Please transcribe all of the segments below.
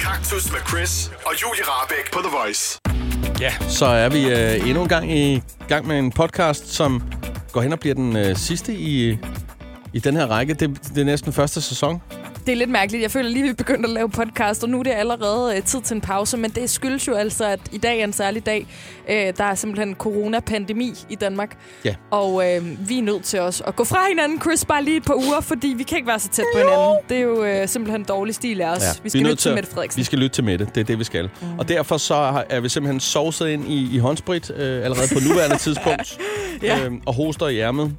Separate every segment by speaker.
Speaker 1: Kaktus med Chris og Julie Rabeck på The Voice.
Speaker 2: Ja, så er vi øh, endnu en gang i gang med en podcast, som går hen og bliver den øh, sidste i, i den her række. Det, det er næsten første sæson.
Speaker 3: Det er lidt mærkeligt. Jeg føler lige, vi begyndte at lave podcast, og nu er det allerede øh, tid til en pause. Men det skyldes jo altså, at i dag er en særlig dag. Øh, der er simpelthen coronapandemi i Danmark.
Speaker 2: Ja.
Speaker 3: Og øh, vi er nødt til også at gå fra hinanden, Chris, bare lige et par uger, fordi vi kan ikke være så tæt på hinanden. Det er jo øh, simpelthen dårlig stil af os. Ja. Vi skal
Speaker 2: er nødt
Speaker 3: lytte til
Speaker 2: at-
Speaker 3: Mette Frederiksen.
Speaker 2: Vi skal lytte til Mette. Det er det, vi skal. Mm. Og derfor så har- er vi simpelthen sovset ind i, i håndsprit øh, allerede på nuværende tidspunkt.
Speaker 3: Ja.
Speaker 2: Øhm, og hoster i ærmet.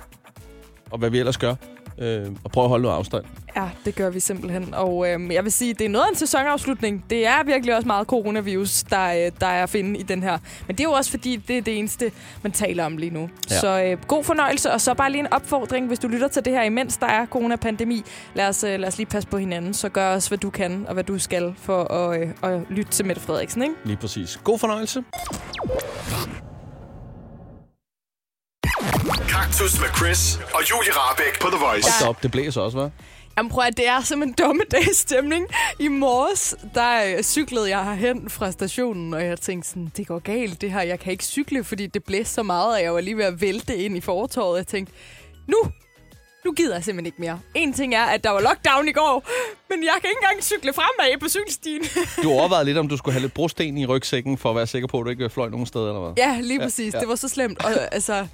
Speaker 2: Og hvad vi ellers gør. Øh, og prøver at holde noget afstand.
Speaker 3: Ja, det gør vi simpelthen. Og øh, jeg vil sige, det er noget af en sæsonafslutning. Det er virkelig også meget coronavirus, der, øh, der er at finde i den her. Men det er jo også fordi, det er det eneste, man taler om lige nu.
Speaker 2: Ja.
Speaker 3: Ja. Så øh, god fornøjelse, og så bare lige en opfordring, hvis du lytter til det her, imens der er coronapandemi. Lad os, øh, lad os lige passe på hinanden, så gør også, hvad du kan og hvad du skal for at, øh, at lytte til Mette Frederiksen. Ikke?
Speaker 2: Lige præcis. God fornøjelse.
Speaker 1: Kaktus med Chris og Julie Rabeck på The Voice.
Speaker 2: Hold da op, det blæser også, hva'?
Speaker 3: Jamen prøv at det er som en dommedagsstemning. I morges, der øh, cyklede jeg herhen fra stationen, og jeg tænkte sådan, det går galt det her. Jeg kan ikke cykle, fordi det blæste så meget, og jeg var lige ved at vælte ind i fortorvet. Jeg tænkte, nu, nu gider jeg simpelthen ikke mere. En ting er, at der var lockdown i går, men jeg kan ikke engang cykle fremad på cykelstien.
Speaker 2: Du overvejede lidt, om du skulle have lidt brosten i rygsækken, for at være sikker på, at du ikke fløj nogen steder, eller hvad?
Speaker 3: ja, lige
Speaker 2: Ja,
Speaker 3: præcis.
Speaker 2: ja.
Speaker 3: Ja. Det var så slemt. Og, øh, altså,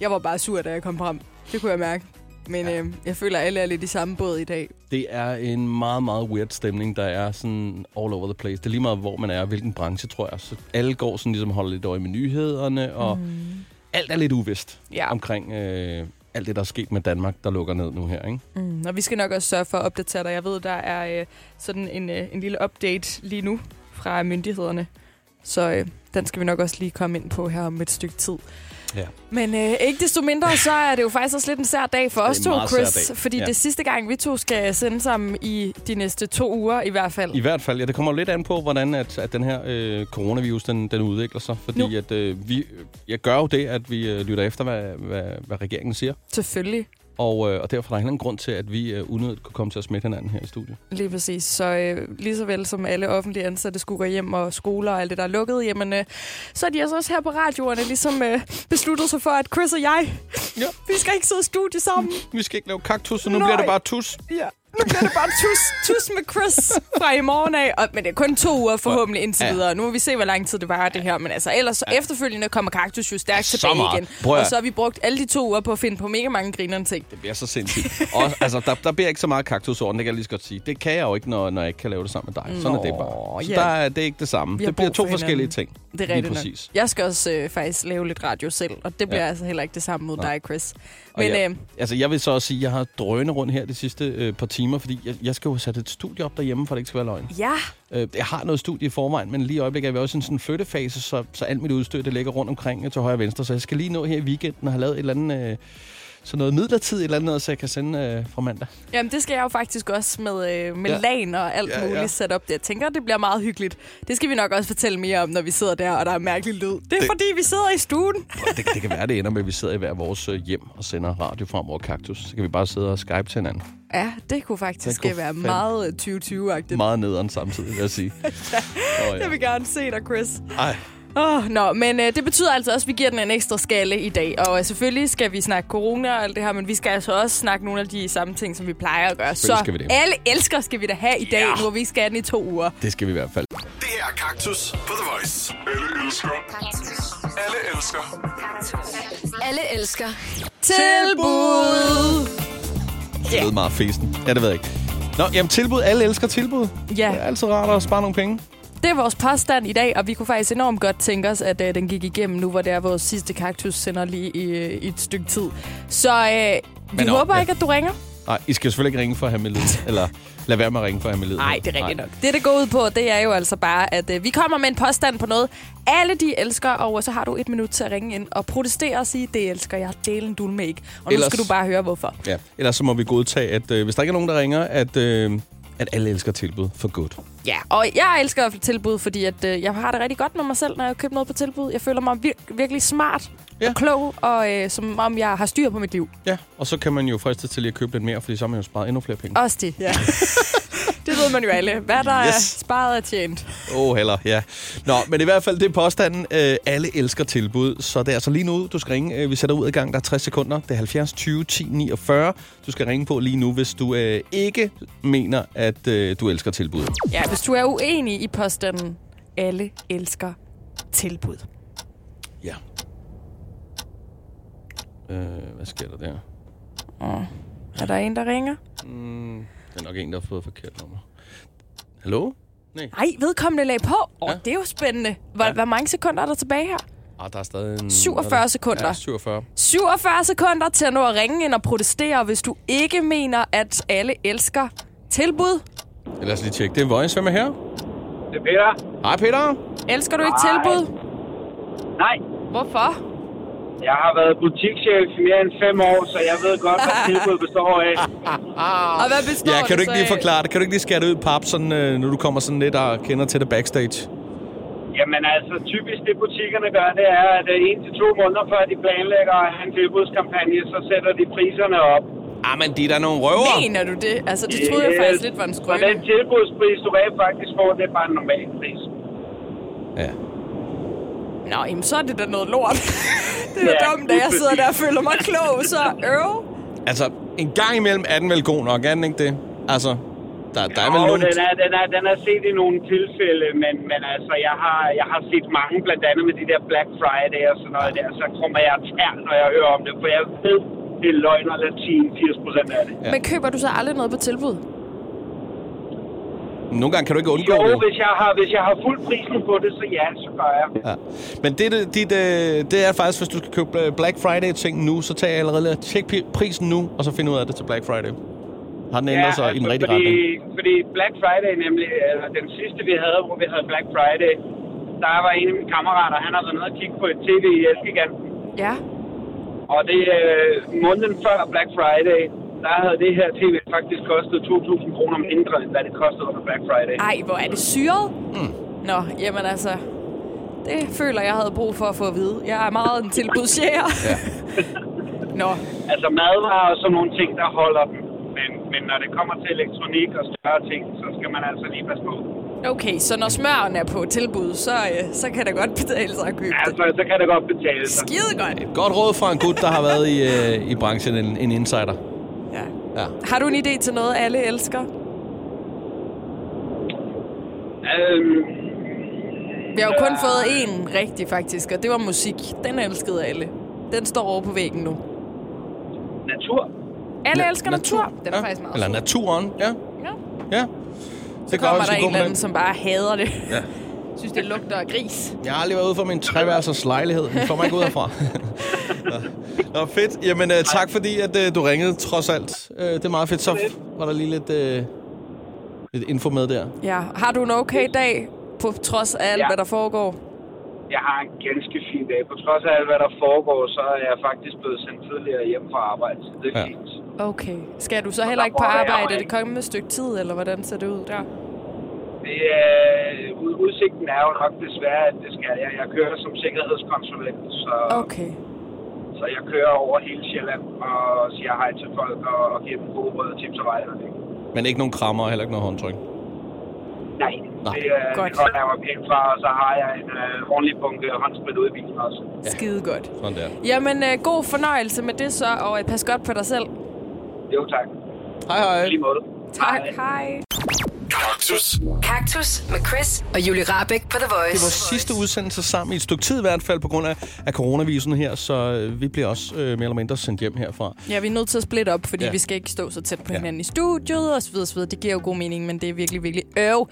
Speaker 3: jeg var bare sur, da jeg kom frem. Det kunne jeg mærke. Men ja. øh, jeg føler, at alle er lidt i samme båd i dag.
Speaker 2: Det er en meget, meget weird stemning, der er sådan all over the place. Det er lige meget, hvor man er, hvilken branche, tror jeg. Så alle går sådan ligesom og holder lidt øje med nyhederne, og mm. alt er lidt uvist
Speaker 3: Ja.
Speaker 2: omkring øh, alt det, der er sket med Danmark, der lukker ned nu her, ikke?
Speaker 3: Mm, og vi skal nok også sørge for at opdatere dig. Jeg ved, der er øh, sådan en, øh, en lille update lige nu fra myndighederne. Så øh, den skal vi nok også lige komme ind på her om et stykke tid.
Speaker 2: Ja.
Speaker 3: Men øh, ikke desto mindre, så er det jo faktisk også lidt en sær dag for
Speaker 2: er
Speaker 3: os
Speaker 2: en
Speaker 3: to,
Speaker 2: meget sær
Speaker 3: Chris.
Speaker 2: dag.
Speaker 3: Fordi
Speaker 2: Ja.
Speaker 3: det er sidste gang, vi to skal sende sammen i de næste to uger i hvert fald.
Speaker 2: I hvert fald, ja, det kommer jo lidt an på, hvordan at, at den her øh, coronavirus, den, den udvikler sig. Fordi
Speaker 3: Nu.
Speaker 2: at, øh, vi, jeg gør jo det, at vi øh, lytter efter, hvad, hvad, hvad regeringen siger.
Speaker 3: Selvfølgelig.
Speaker 2: Og, øh, og derfor er der heller ingen grund til, at vi øh, unødigt kunne komme til at smitte hinanden her i studiet.
Speaker 3: Lige præcis. Så øh, lige så vel som alle offentlige ansatte skulle gå hjem og skoler og alt det, der er lukket, jamen, øh, så er de altså også her på radioerne ligesom øh, besluttet sig for, at Chris og jeg,
Speaker 2: Ja.
Speaker 3: vi skal ikke sidde i studie sammen.
Speaker 2: Vi skal ikke lave kaktus, så nu
Speaker 3: Nej.
Speaker 2: bliver det bare tus.
Speaker 3: Ja. Nu bliver det bare tus, tus med Chris fra i morgen af. Og, men det er kun to uger forhåbentlig indtil
Speaker 2: Ja.
Speaker 3: ja. videre. Nu må vi se, hvor lang tid det varer, det her. Men altså, ellers så efterfølgende kommer Kaktus jo stærkt
Speaker 2: Så
Speaker 3: tilbage
Speaker 2: meget.
Speaker 3: igen.
Speaker 2: Prøv at-
Speaker 3: Og så har vi brugt alle de to uger på at finde på mega mange grinerende ting.
Speaker 2: Det bliver så sindssygt. Og, altså, der, der bliver ikke så meget kaktus over den, det kan jeg lige så godt sige. Det kan jeg jo ikke, når, når jeg ikke kan lave det sammen med dig. Sådan er det bare. Så
Speaker 3: ja.
Speaker 2: der, er- det er ikke det samme.
Speaker 3: Vi har
Speaker 2: Det bliver
Speaker 3: brug
Speaker 2: to
Speaker 3: for
Speaker 2: forskellige ting.
Speaker 3: hinanden. Det er
Speaker 2: Lige
Speaker 3: rigtigt nok.
Speaker 2: præcis.
Speaker 3: Jeg skal også øh, faktisk lave lidt radio selv, og det bliver
Speaker 2: Ja.
Speaker 3: ja. altså heller ikke det samme mod
Speaker 2: Nej.
Speaker 3: dig, Chris.
Speaker 2: Og
Speaker 3: Men
Speaker 2: jeg,
Speaker 3: øh,
Speaker 2: altså, jeg vil så også sige, at jeg har drønet rundt her de sidste øh, par timer, fordi jeg, jeg skal jo have sat et studie op derhjemme, for det ikke skal være løgn.
Speaker 3: ja,
Speaker 2: Øh, jeg har noget studie i forvejen, men lige i øjeblikket er vi også i en sådan flyttefase, så, så alt mit udstyr det ligger rundt omkring øh, til højre og venstre. Så jeg skal lige nå her i weekenden og have lavet et eller andet, øh, sådan noget midlertidigt et eller andet, noget, så jeg kan sende øh, fra mandag.
Speaker 3: jamen det skal jeg jo faktisk også med, øh, med
Speaker 2: Ja.
Speaker 3: ja. lagen og alt
Speaker 2: Ja,
Speaker 3: ja,
Speaker 2: ja.
Speaker 3: muligt sat op. Jeg tænker, det bliver meget hyggeligt. Det skal vi nok også fortælle mere om, når vi sidder der, og der er mærkelig lyd. Det er det... fordi, vi sidder i stuen.
Speaker 2: det, det kan være, det ender med, at vi sidder i hver vores øh, hjem og sender radio frem over kaktus. Så kan vi bare sidde og skype til hinanden.
Speaker 3: Ja, det kunne faktisk
Speaker 2: Det kunne
Speaker 3: det kunne være
Speaker 2: fandme-
Speaker 3: meget øh, 2020-agtigt.
Speaker 2: Det... Meget nederen samtidig, vil jeg sige. Nå,
Speaker 3: Jeg vil gerne se dig, Chris.
Speaker 2: Ej,
Speaker 3: Oh, nå, men øh, det betyder altså også, at vi giver den en ekstra skalle i dag. Og øh, selvfølgelig skal vi snakke corona og alt det her, men vi skal altså også snakke nogle af de samme ting, som vi plejer at gøre. Så
Speaker 2: Selvfølgelig skal vi det.
Speaker 3: alle elsker skal vi da have i dag,
Speaker 2: Ja.
Speaker 3: yeah. hvor vi skal have den i to uger.
Speaker 2: det skal vi i hvert fald.
Speaker 1: Det her er Kaktus på The Voice. Alle elsker. Alle elsker.
Speaker 4: Alle elsker
Speaker 3: Tilbud!
Speaker 2: Det ved meget festen. Ja, det ved jeg ikke. Nå, jamen tilbud. Alle elsker tilbud.
Speaker 3: Ja.
Speaker 2: Det er altid rart at spare nogle penge.
Speaker 3: Det er vores påstand i dag, og vi kunne faktisk enormt godt tænke os, at øh, den gik igennem nu, hvor det er vores sidste kaktus sender lige i, øh, i et stykke tid. Så øh, vi
Speaker 2: Men, nå,
Speaker 3: håber
Speaker 2: ja.
Speaker 3: ikke, at du ringer.
Speaker 2: Nej, I skal selvfølgelig ikke ringe for at have med lyd. Eller lad være med at ringe for at have med lyd.
Speaker 3: Nej, det er rigtigt nok. Det, det går ud på, det er jo altså bare, at øh, vi kommer med en påstand på noget, alle de elsker, og så har du et minut til at ringe ind og protestere og sige, det elsker jeg, delen du med ikke. Og
Speaker 2: Ellers-
Speaker 3: nu skal du bare høre, hvorfor.
Speaker 2: Ja. Ellers så må vi godtage, at øh, hvis der ikke er nogen, der ringer, at, øh, at alle elsker tilbud for godt.
Speaker 3: Ja, og jeg elsker at få tilbud, fordi at, øh, jeg har det rigtig godt med mig selv, når jeg køber noget på tilbud. Jeg føler mig vir- virkelig smart
Speaker 2: Ja.
Speaker 3: ja. og klog, og øh, som om jeg har styr på mit liv.
Speaker 2: Ja, og så kan man jo friste til lige at købe lidt mere, fordi så har man jo sparet endnu flere penge.
Speaker 3: Også det. Ja. det Det ved man jo alle. Hvad der yes. er
Speaker 2: Yes.
Speaker 3: sparet er tjent.
Speaker 2: Åh, oh, heller, ja. Nå, men i hvert fald, det er påstanden. Øh, alle elsker tilbud, så det er altså lige nu, du skal ringe. Øh, Vi sætter ud i gang, der er 60 sekunder. Det er 70 20 10 49. Du skal ringe på lige nu, hvis du øh, ikke mener, at øh, du elsker tilbud.
Speaker 3: Ja, hvis du er uenig i påstanden, alle elsker tilbud.
Speaker 2: Ja. Øh, hvad sker der der?
Speaker 3: Er der en, der ringer?
Speaker 2: Mm, der er nok en, der har fået forkert nummer. Hallo? Nej.
Speaker 3: Ej, vedkommende lag på. Åh, oh,
Speaker 2: Ja.
Speaker 3: ja. det er jo spændende. Hvor,
Speaker 2: Ja.
Speaker 3: ja. hvor mange sekunder er der tilbage her?
Speaker 2: Ah, der er stadig en...
Speaker 3: 47 sekunder.
Speaker 2: Ja, 47.
Speaker 3: 47 sekunder til at nå at ringe ind og protestere, hvis du ikke mener, at alle elsker tilbud.
Speaker 2: Lad os lige tjekke. Det er Voice. Hvem er her?
Speaker 5: Det er Peter.
Speaker 2: Hej, Peter.
Speaker 3: Elsker du ikke tilbud?
Speaker 5: Nej,
Speaker 3: Hvorfor?
Speaker 5: jeg har været butikschef i mere end fem år, så jeg ved godt, hvad tilbud består af.
Speaker 3: Og hvad består
Speaker 2: Ja, kan du
Speaker 3: det
Speaker 2: ikke
Speaker 3: så
Speaker 2: lige
Speaker 3: af?
Speaker 2: forklare det? Kan du ikke lige skære det ud, pap, sådan, øh, når du kommer sådan lidt og kender til det backstage?
Speaker 5: Jamen altså, typisk det butikkerne gør, det er, at øh, en til to måneder før de planlægger at have en tilbudskampagne, så sætter de priserne op.
Speaker 2: Ah, men de er da nogle røver.
Speaker 3: Mener du det? Altså, det troede jeg faktisk lidt var en
Speaker 5: Så den
Speaker 3: skrøne.
Speaker 5: tilbudspris, du rent faktisk får, det er bare en normal pris.
Speaker 2: Ja.
Speaker 3: Nå, jamen, så er det da noget lort. det er
Speaker 5: Ja,
Speaker 3: da dumt, at jeg
Speaker 5: lige
Speaker 3: sidder der og
Speaker 5: præcis.
Speaker 3: føler mig klog, så øv.
Speaker 2: Altså, en gang imellem er den vel god nok, er den ikke det? Altså, der, der er vel
Speaker 5: Jo,
Speaker 2: nogle...
Speaker 5: den, er, den, er, den er set i nogle tilfælde, men, men altså, jeg har, jeg har set mange, blandt andet med de der Black Friday og sådan noget der, så kommer jeg tær, når jeg hører om det, for jeg ved, det er løgn og latin, 80 procent af det.
Speaker 2: Ja.
Speaker 3: Men køber du så aldrig noget på tilbud?
Speaker 2: Nogle gange kan du ikke undgå
Speaker 5: Jo,
Speaker 2: det.
Speaker 5: hvis jeg, har, hvis jeg har fuld prisen på det, så ja, så gør jeg.
Speaker 2: Ja. Men det, det, dit, øh, det er faktisk, hvis du skal købe øh, Black Friday-ting nu, så tag allerede lige og tjek pi- prisen nu, og så find ud af det til Black Friday. Har den ændret sig i den rigtige
Speaker 5: altså, fordi,
Speaker 2: retning?
Speaker 5: Fordi Black Friday nemlig, altså den sidste vi havde, hvor vi havde Black Friday, der var en af mine kammerater, han har været nede og kigge på et tv i Elgiganten,
Speaker 3: Ja.
Speaker 5: Og det øh, måneden før Black Friday, der havde det her tv faktisk kostet 2.000 kroner mindre, end hvad det kostede under Black Friday.
Speaker 3: Ej, hvor er det syret? Mm. Nå, jamen altså... Det føler jeg havde brug for at få at vide. Jeg er meget en tilbudsjæger. Ja. Nå,
Speaker 5: Altså madvarer og sådan nogle ting, der holder dem. Men, men når det kommer til elektronik og større ting, så skal man altså lige passe på.
Speaker 3: okay, så når smøren er på tilbud, så, øh, så kan det godt betale sig at købe det.
Speaker 5: Altså, så kan det godt betale sig.
Speaker 3: Skide godt.
Speaker 2: Godt råd fra en gut, der har været i, øh, i branchen, en, en insider.
Speaker 3: Ja.
Speaker 2: Ja.
Speaker 3: Har du en idé til noget, alle elsker?
Speaker 5: Øhm,
Speaker 3: Vi har jo kun fået én rigtig, faktisk, og det var musik. Den elskede alle. Den står over på væggen nu.
Speaker 5: natur.
Speaker 3: Alle
Speaker 2: Na-
Speaker 3: elsker natur. Den er
Speaker 2: ja.
Speaker 3: faktisk meget
Speaker 2: Eller
Speaker 3: sød.
Speaker 2: naturen, ja.
Speaker 3: Ja.
Speaker 2: Ja. Det
Speaker 3: Så kommer
Speaker 2: vi
Speaker 3: der
Speaker 2: skal
Speaker 3: en
Speaker 2: gå
Speaker 3: eller
Speaker 2: med
Speaker 3: anden, som bare hader det.
Speaker 2: Ja.
Speaker 3: Synes, det lugter af gris.
Speaker 2: den. Jeg har aldrig været ude for min treværelsers lejlighed. Den får mig ikke ud herfra. Nå. Nå, fedt. Jamen, øh, tak fordi, at øh, du ringede, trods alt. Øh, det er meget fedt. Så var der lige lidt, øh, lidt info med der.
Speaker 3: Ja. Har du en okay dag, på trods af alt, ja.
Speaker 5: Ja.
Speaker 3: hvad der foregår?
Speaker 5: Jeg har en ganske fin dag. På trods af alt, hvad der foregår, så er jeg faktisk blevet sendt tidligere hjem fra arbejde. Så det er
Speaker 2: Ja.
Speaker 5: ja. fint.
Speaker 3: Okay. Skal du så heller ikke på
Speaker 5: prøver jeg
Speaker 3: arbejde
Speaker 5: mig.
Speaker 3: det kommende stykke tid, eller hvordan ser det ud der?
Speaker 5: Det er, ud- udsigten er jo nok desværre, at det skal. Jeg, jeg kører som sikkerhedskonsulent, så,
Speaker 3: Okay.
Speaker 5: så jeg kører over hele Sjælland og siger hej til folk og, og giver dem gode råd og tips og vejledning.
Speaker 2: Men ikke nogen krammer, heller ikke noget håndtryk.
Speaker 5: Nej,
Speaker 2: Nå,
Speaker 5: det, øh,
Speaker 3: godt.
Speaker 5: det holder jeg mig pænt fra, og så har jeg en øh, ordentlig bunke håndsprit ude i bilen også.
Speaker 3: Skide godt.
Speaker 2: Sådan der.
Speaker 3: Jamen, øh, god fornøjelse med det så, og øh, pas godt på dig selv.
Speaker 5: Jo tak.
Speaker 2: Hej, hej.
Speaker 5: I lige måde.
Speaker 3: Tak. Hej.
Speaker 1: Kaktus.
Speaker 4: Kaktus med Chris og Julie Rabeck på The Voice.
Speaker 2: Det var sidste udsendelse sammen i et stykke tid i hvert fald, på grund af, af coronavirusen her, så øh, vi bliver også øh, mere eller mindre sendt hjem herfra.
Speaker 3: Ja, vi er nødt til at splitte op, fordi
Speaker 2: Ja.
Speaker 3: ja. vi skal ikke stå så tæt på
Speaker 2: Ja.
Speaker 3: hinanden i studiet og så videre, så videre. Det giver jo god mening, men det er virkelig, virkelig øv.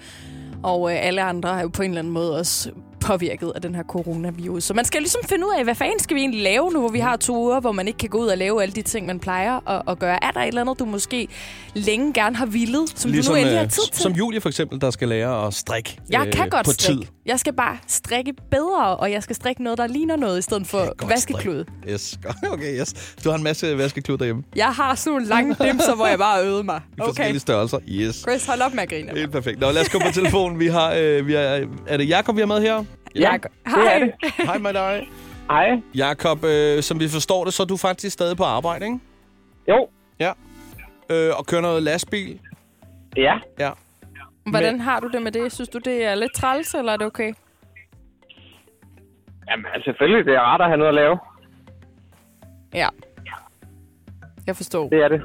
Speaker 3: Og øh, alle andre er jo på en eller anden måde også påvirket af den her coronavirus. Så man skal ligesom finde ud af, hvad fanden skal vi egentlig lave nu, hvor vi har to uger, hvor man ikke kan gå ud og lave alle de ting, man plejer at, at gøre. Er der et eller andet, du måske længe gerne har villet, som ligesom, du nu endelig har
Speaker 2: øh,
Speaker 3: tid til?
Speaker 2: som Julie for eksempel, der skal lære at strikke
Speaker 3: jeg
Speaker 2: øh,
Speaker 3: kan godt
Speaker 2: på
Speaker 3: strikke.
Speaker 2: tid.
Speaker 3: Jeg skal bare strikke bedre, og jeg skal strikke noget, der ligner noget, i stedet for
Speaker 2: Godt
Speaker 3: vaskeklud.
Speaker 2: strik. Yes, godt. okay, yes. Du har en masse vaskeklud derhjemme. Okay.
Speaker 3: Jeg har sådan nogle lange dimser, hvor jeg bare øvede mig.
Speaker 2: I
Speaker 3: Okay.
Speaker 2: forskellige størrelser. Yes.
Speaker 3: Chris, hold op med at grine.
Speaker 2: Helt perfekt. Nå, lad os gå på telefonen. Vi har, øh, vi har, er det Jakob, vi har med her?
Speaker 3: Ja,
Speaker 5: er
Speaker 3: hej.
Speaker 5: det.
Speaker 2: Hej med dig.
Speaker 5: Hej.
Speaker 2: Jakob, øh, som vi forstår det, så er du faktisk stadig på arbejde, ikke?
Speaker 5: Jo.
Speaker 2: Ja. Øh, og kører noget lastbil.
Speaker 5: Ja.
Speaker 2: Ja.
Speaker 3: Hvordan Men... har du det med det? Synes du, det er lidt træls, eller er det okay?
Speaker 6: Jamen, altså, selvfølgelig, det er rart at have noget at lave.
Speaker 3: Ja. Jeg forstår.
Speaker 6: Det er det.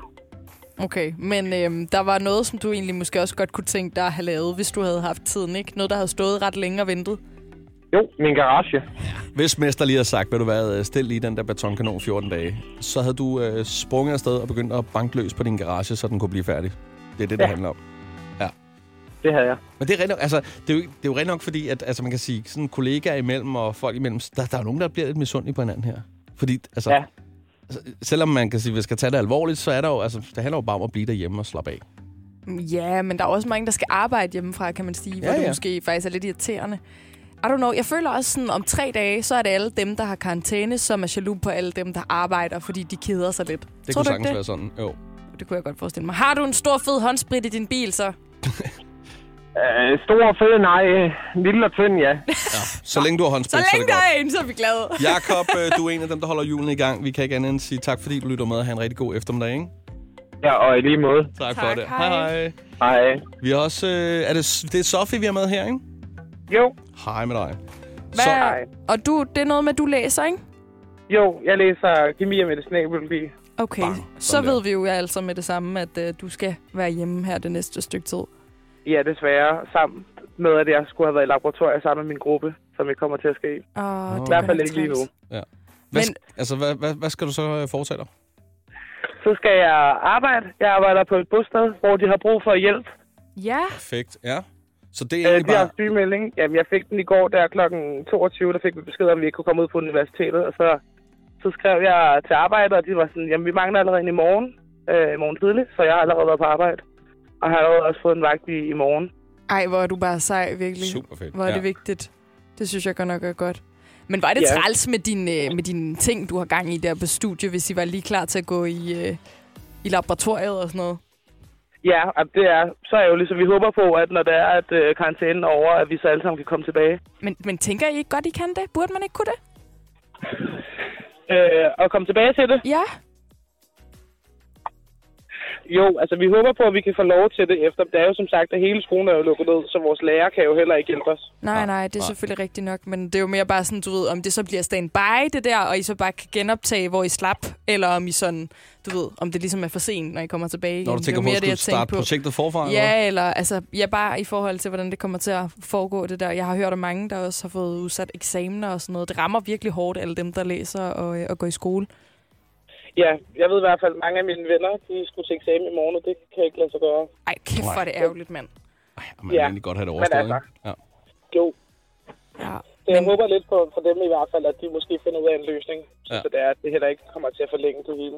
Speaker 3: Okay, men øhm, der var noget, som du egentlig måske også godt kunne tænke dig at have lavet, hvis du havde haft tiden, ikke? Noget, der havde stået ret længe og ventet.
Speaker 6: Jo, min garage.
Speaker 2: Hvis mester lige havde sagt, ved du hvad, øh, stil lige den der betonkanon 14 dage, så havde du øh, sprunget afsted og begyndt at banke løs på din garage, så den kunne blive færdig. Det er det, det ja.
Speaker 6: Ja.
Speaker 2: handler om.
Speaker 6: Det havde jeg.
Speaker 2: Men det er, rent nok, altså, det er, jo, det er jo rent nok, fordi at, altså, man kan sige, sådan kollegaer imellem og folk imellem, der, der er jo nogen, der bliver lidt misundelige på hinanden her. Fordi, altså, ja.
Speaker 6: Ja.
Speaker 2: altså, selvom man kan sige, at vi skal tage det alvorligt, så er der jo, altså, det handler jo bare om at blive derhjemme og slappe af.
Speaker 3: Ja, men der er også mange, der skal arbejde hjemmefra, kan man sige, ja, hvor
Speaker 2: Ja,
Speaker 3: det
Speaker 2: ja.
Speaker 3: måske faktisk er lidt irriterende. I don't know. Jeg føler også sådan, om tre dage, så er det alle dem, der har karantæne, som er jaloux på alle dem, der arbejder, fordi de keder sig lidt.
Speaker 2: Det kunne
Speaker 3: Tror du
Speaker 2: sagtens
Speaker 3: ikke
Speaker 2: være
Speaker 3: det?
Speaker 2: sådan. Jo.
Speaker 3: Det kunne jeg godt forestille mig. Har du en stor, fed håndsprit i din bil, så?
Speaker 6: Øh, stor og fed, nej. øh, Lille og tynd, ja.
Speaker 2: Så længe du har
Speaker 3: Så
Speaker 2: håndsprit, så,
Speaker 3: længe der
Speaker 2: er det
Speaker 3: er en, så er vi glade.
Speaker 2: godt. Jakob, øh, du er en af dem, der holder julen i gang. Vi kan ikke andet end sige tak, fordi du lytter med og have en rigtig god eftermiddag. Ikke?
Speaker 6: Ja, og i lige måde.
Speaker 2: Tak, for
Speaker 3: Tak,
Speaker 2: det.
Speaker 3: hej.
Speaker 2: hej. hej.
Speaker 6: Hej.
Speaker 2: Vi har også... Øh, er det, det er Sofie, vi har med her, ikke?
Speaker 6: Jo,
Speaker 2: Hej med dig.
Speaker 3: Hvad?
Speaker 2: Så,
Speaker 3: Og du, det er noget med, at du læser, ikke?
Speaker 6: jo, jeg læser kemi og medicinalbiologi.
Speaker 3: Okay,
Speaker 2: Bang.
Speaker 3: så
Speaker 2: Sådan der.
Speaker 3: ved vi jo altså med det samme, at øh, du skal være hjemme her det næste stykke tid.
Speaker 6: Ja, desværre. Samt noget af det, jeg skulle have været i laboratoriet sammen med min gruppe, som jeg kommer til at ske.
Speaker 3: Og
Speaker 2: I
Speaker 6: I hvert fald ikke lige nu.
Speaker 2: hvad,
Speaker 3: Men-
Speaker 2: men, altså, hvad, hvad, hvad skal du så øh, foretage dig?
Speaker 6: Så skal jeg arbejde. Jeg arbejder på et bosted, hvor de har brug for hjælp.
Speaker 3: Ja,
Speaker 2: Perfekt, ja. Så det er
Speaker 6: Øh,
Speaker 2: egentlig
Speaker 6: de har
Speaker 2: bare...
Speaker 6: sygemelding. Jamen, jeg fik den i går, der kl. 22, der fik vi besked om, at vi ikke kunne komme ud på universitetet. Og så, så skrev jeg til arbejde, og de var sådan, jamen, vi mangler allerede en i morgen. Øh, i morgen tidligt, så jeg har allerede været på arbejde. Og har allerede også fået en vagt i, i morgen.
Speaker 3: ej, hvor er du bare sej, virkelig.
Speaker 2: Super fedt.
Speaker 3: Hvor er det
Speaker 2: ja.
Speaker 3: vigtigt. Det synes jeg godt nok er godt. Men var det
Speaker 6: Ja.
Speaker 3: træls med dine, øh, med dine ting, du har gang i der på studie, hvis I var lige klar til at gå i, øh, i laboratoriet og sådan noget?
Speaker 6: Ja, og det er så er jo ligesom, vi håber på, at når det er, at øh, karantænen er over, at vi så alle sammen kan komme tilbage.
Speaker 3: Men, men tænker I ikke godt, I kan det? Burde man ikke kunne det?
Speaker 6: Øh, og komme tilbage til det?
Speaker 3: Ja.
Speaker 6: Jo, altså vi håber på, at vi kan få lov til det, efter det er jo som sagt, at hele skolen er jo lukket ned, så vores lærer kan jo heller ikke hjælpe os.
Speaker 3: Nej, nej, det er
Speaker 2: nej.
Speaker 3: selvfølgelig rigtigt nok, men det er jo mere bare sådan, du ved, om det så bliver standby, det der, og I så bare kan genoptage, hvor I slap, eller om I sådan, du ved, om det ligesom er for sent, når I kommer tilbage igen.
Speaker 2: Når du tænker
Speaker 3: det
Speaker 2: på,
Speaker 3: er jo
Speaker 2: at
Speaker 3: mere det,
Speaker 2: skulle
Speaker 3: jeg tænker
Speaker 2: starte
Speaker 3: på.
Speaker 2: projektet forfra? eller hvad?
Speaker 3: Ja, eller altså, ja, bare i forhold til, hvordan det kommer til at foregå det der. Jeg har hørt om mange, der også har fået udsat eksamener og sådan noget. Det rammer virkelig hårdt, alle dem, der læser og, øh, og går i skole.
Speaker 6: Ja, jeg ved i hvert fald, at mange af mine venner, de skulle til eksamen i morgen, og det kan jeg ikke lade sig gøre.
Speaker 3: Ej, kæft, hvor er det ærgerligt, mand.
Speaker 2: Ej, man vil
Speaker 6: Ja.
Speaker 2: egentlig godt have det overstået,
Speaker 6: altså-
Speaker 2: ikke? Ja.
Speaker 6: Jo,
Speaker 3: Ja.
Speaker 6: så
Speaker 3: Men-
Speaker 6: jeg Men... håber lidt på for dem i hvert fald, at de måske finder ud af en løsning,
Speaker 2: Ja.
Speaker 6: ja. så det er, at det heller ikke kommer til at forlænge det hele.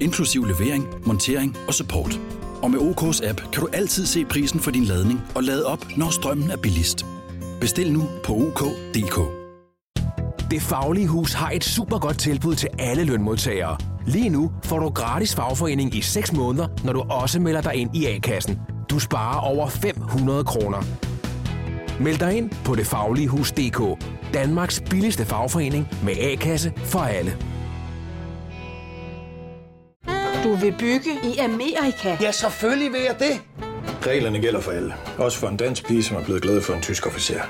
Speaker 7: inklusiv levering, montering og support. Og med OK's app kan du altid se prisen for din ladning og lade op, når strømmen er billigst. Bestil nu på OK.dk.
Speaker 8: Det Faglige Hus har et super godt tilbud til alle lønmodtagere. Lige nu får du gratis fagforening i 6 måneder, når du også melder dig ind i A-kassen. Du sparer over 500 kroner. Meld dig ind på detfagligehus.dk. Danmarks billigste fagforening med A-kasse for alle.
Speaker 9: Du vil bygge i Amerika?
Speaker 10: Ja, selvfølgelig vil jeg det.
Speaker 11: Reglerne gælder for alle. Også for en dansk pige, som er blevet glad for en tysk officer.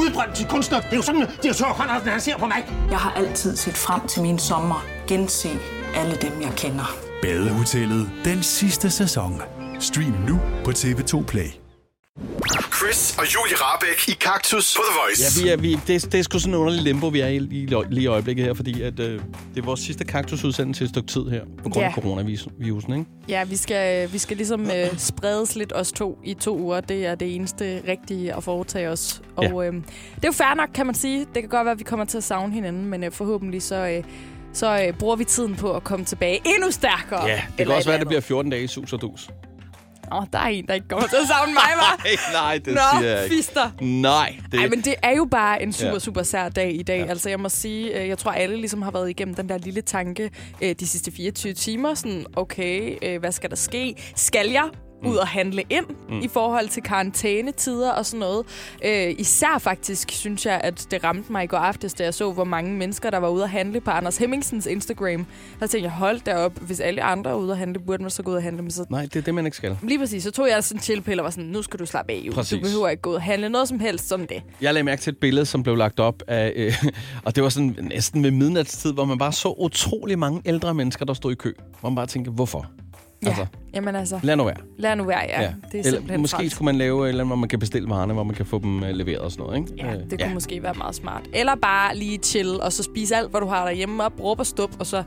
Speaker 10: Udbrændt til kunstner. Det er jo sådan, at de har Conradsen, han ser på mig.
Speaker 12: Jeg har altid set frem til min sommer. Gense alle dem, jeg kender.
Speaker 13: Badehotellet. Den sidste sæson. Stream nu på TV2 Play.
Speaker 1: Chris og Julie Rabeck i Kaktus på The Voice.
Speaker 2: Ja, vi er, vi, det, det er sgu sådan en underlig limbo, vi er i lige, i- lige i øjeblikket her, fordi at, øh, det er vores sidste kaktusudsendelse i et stykke tid her, på grund af
Speaker 3: Ja.
Speaker 2: coronavirusen, ikke?
Speaker 3: Ja, vi skal, vi skal ligesom øh, spredes lidt os to i to uger. Det er det eneste rigtige at foretage os. Og
Speaker 2: Ja.
Speaker 3: ja. øh, det er jo fair nok, kan man sige. Det kan godt være, at vi kommer til at savne hinanden, men øh, forhåbentlig så, øh, så øh, bruger vi tiden på at komme tilbage endnu stærkere.
Speaker 2: det kan også være, at det bliver 14 dage i sus og dus.
Speaker 3: Åh, oh, der er en, der ikke kommer til at savne mig, var.
Speaker 2: Ej, nej, det
Speaker 3: Nå,
Speaker 2: siger jeg ikke.
Speaker 3: fister.
Speaker 2: Nej, det...
Speaker 3: Ej, men det er jo bare en super,
Speaker 2: Ja.
Speaker 3: ja. super sær dag i dag. Ja. Altså, jeg må sige, øh, jeg tror, alle ligesom har været igennem den der lille tanke øh, de sidste 24 timer. Sådan, okay, øh, hvad skal der ske? Skal jeg ud og handle ind mm. i forhold til karantænetider og sådan noget. Øh, især faktisk synes jeg, at det ramte mig i går aftes, da jeg så, hvor mange mennesker, der var ude at handle på Anders Hemmingsens Instagram. Der tænkte jeg, hold da op, hvis alle andre er ude at handle, burde man så gå ud og handle. Men så
Speaker 2: Nej, det er det, man ikke skal.
Speaker 3: Lige præcis, så tog jeg sådan en chillpille og var sådan, nu skal du slappe af, Præcis.
Speaker 2: Præcis.
Speaker 3: du behøver ikke gå ud og handle noget som helst som det.
Speaker 2: Jeg lagde mærke til et billede, som blev lagt op af... Øh, og det var sådan næsten ved midnatstid, hvor man bare så utrolig mange ældre mennesker, der stod i kø. Hvor man bare tænkte, hvorfor?
Speaker 3: Ja,
Speaker 2: Altså.
Speaker 3: altså. jamen altså,
Speaker 2: Lad nu være.
Speaker 3: lad nu være, ja. ja. Det er
Speaker 2: Eller,
Speaker 3: simpelthen
Speaker 2: måske
Speaker 3: træls.
Speaker 2: skulle man lave et eller andet, hvor man kan bestille varerne, hvor man kan få dem øh, leveret og sådan noget, ikke?
Speaker 3: Ja,
Speaker 2: Øh,
Speaker 3: det kunne ja. måske være meget smart. Eller bare lige chill, og så spise alt, hvad du har derhjemme op, råb og stup, og så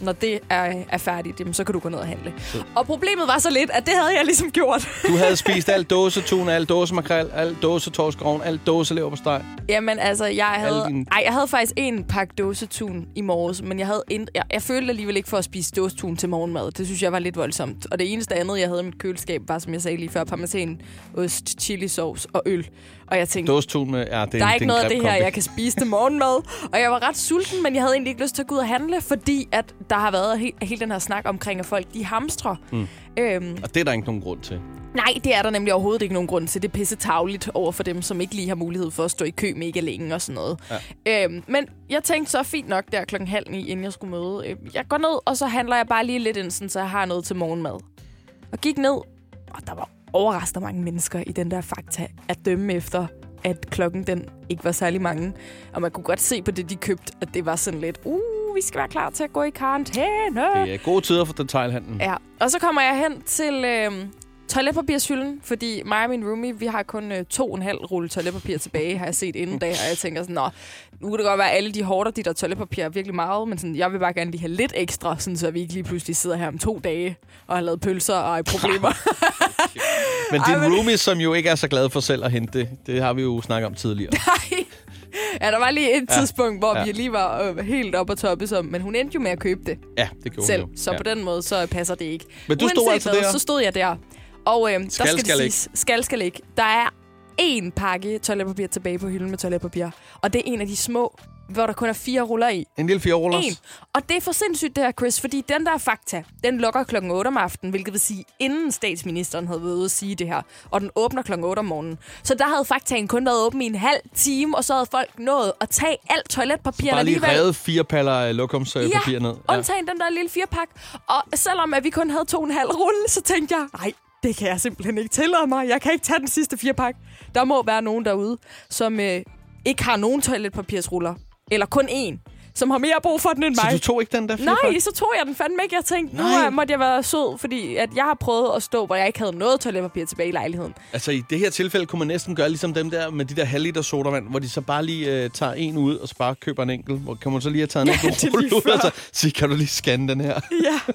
Speaker 3: når det er, er færdigt, jamen, så kan du gå ned og handle. Og problemet var så lidt, at det havde jeg ligesom gjort.
Speaker 2: Du havde spist alt dåsetun, alt dåsemakrel, alt dåsetorskroven, alt dåselever på steg.
Speaker 3: Jamen altså, jeg havde,
Speaker 2: Alle dine-
Speaker 3: ej, jeg havde faktisk en pakke dåsetun i morges, men jeg, havde ind, jeg, jeg følte alligevel ikke for at spise dåsetun til morgenmad. Det synes jeg var lidt voldsomt. Og det eneste andet, jeg havde i mit køleskab, var, som jeg sagde lige før, parmesan, ost, chili sauce og øl. Og jeg tænkte,
Speaker 2: Dåsetun med... Ja, det
Speaker 3: der er
Speaker 2: en-
Speaker 3: ikke
Speaker 2: en
Speaker 3: noget af
Speaker 2: grim
Speaker 3: det her,
Speaker 2: kombi.
Speaker 3: jeg kan spise til morgenmad. Og jeg var ret sulten, men jeg havde egentlig ikke lyst til at gå ud og handle, fordi at der har været he- hele den her snak omkring, at folk de hamstrer. Mm. Øhm,
Speaker 2: Og det er der ikke nogen grund til.
Speaker 3: nej, det er der nemlig overhovedet ikke nogen grund til. Det er pisse tavligt over for dem, som ikke lige har mulighed for at stå i kø mega længe og sådan noget. Ja. Øhm, men jeg tænkte så fint nok der klokken halv ni, inden jeg skulle møde. Øh, jeg går ned, og så handler jeg bare lige lidt ind, sådan, så jeg har noget til morgenmad. Og gik ned, og der var overraskende mange mennesker i den der fakta at dømme efter, at klokken den ikke var særlig mange. Og man kunne godt se på det, de købte, at det var sådan lidt, uh, vi skal være klar til at gå i karantæne.
Speaker 2: Det er gode tider for detailhandlen.
Speaker 3: Ja, og så kommer jeg hen til øh, toiletpapirshylden, fordi mig og min roomie, vi har kun øh, to og en halv rulle toiletpapir tilbage, har jeg set inden da, og jeg tænker sådan, nå, nu kan det godt være, at alle de hårder, de der toiletpapir virkelig meget, men sådan, jeg vil bare gerne lige have lidt ekstra, sådan, så vi ikke lige pludselig sidder her om to dage og har lavet pølser og er i problemer.
Speaker 2: Men
Speaker 3: Ej,
Speaker 2: din
Speaker 3: men-
Speaker 2: roomie, som jo ikke er så glad for selv at hente det, det har vi jo snakket om tidligere.
Speaker 3: ja, der var lige et
Speaker 2: Ja,
Speaker 3: tidspunkt, hvor
Speaker 2: ja.
Speaker 3: ja. vi lige var øh, helt oppe at toppe, som, men hun endte jo med at købe det.
Speaker 2: Ja, det gjorde
Speaker 3: selv.
Speaker 2: hun jo.
Speaker 3: Så
Speaker 2: ja.
Speaker 3: på den måde, så passer det ikke.
Speaker 2: Men du stod altså der?
Speaker 3: Så stod jeg der. Og øhm,
Speaker 2: Skal,
Speaker 3: der skal,
Speaker 2: skal
Speaker 3: det siges, skal, skal ikke. Der er én pakke toiletpapir tilbage på hylden med toiletpapir. Og det er en af de små, hvor der kun er fire ruller i.
Speaker 2: En lille fjorullers.
Speaker 3: En. Og det er for sindssygt det her, Chris, fordi den der er fakta, den lukker klokken 8 om aftenen, hvilket vil sige, inden statsministeren havde været ude at sige det her. Og den åbner klokken 8 om morgenen. Så der havde faktaen kun været åben i en halv time, og så havde folk nået at tage alt toiletpapir
Speaker 2: Bare lige
Speaker 3: alligevel.
Speaker 2: revet fire paller lokumspapir
Speaker 3: Ja,
Speaker 2: ned.
Speaker 3: undtagen den der lille firepakke. Og selvom at vi kun havde to og en halv rulle, så tænkte jeg, nej, det kan jeg simpelthen ikke tillade mig. Jeg kan ikke tage den sidste firepakke. Der må være nogen derude, som øh, ikke har nogen toiletpapirsruller. Eller kun én. som har mere brug for den end
Speaker 2: Så
Speaker 3: mig.
Speaker 2: du tog ikke den der flip-flop?
Speaker 3: Nej, så tog jeg den fandme ikke. Jeg tænkte, nu
Speaker 2: Nej.
Speaker 3: øh, måtte jeg være sød, fordi at jeg har prøvet at stå, hvor jeg ikke havde noget toiletpapir tilbage i lejligheden.
Speaker 2: Altså i det her tilfælde kunne man næsten gøre ligesom dem der med de der halvliter sodavand, hvor de så bare lige øh, tager en ud og så bare køber en enkelt. Hvor kan man så lige have taget en
Speaker 3: Ja,
Speaker 2: enkelt
Speaker 3: det er lige
Speaker 2: rulle ud og
Speaker 3: før.
Speaker 2: så sige, kan du lige scanne den her?
Speaker 3: Ja,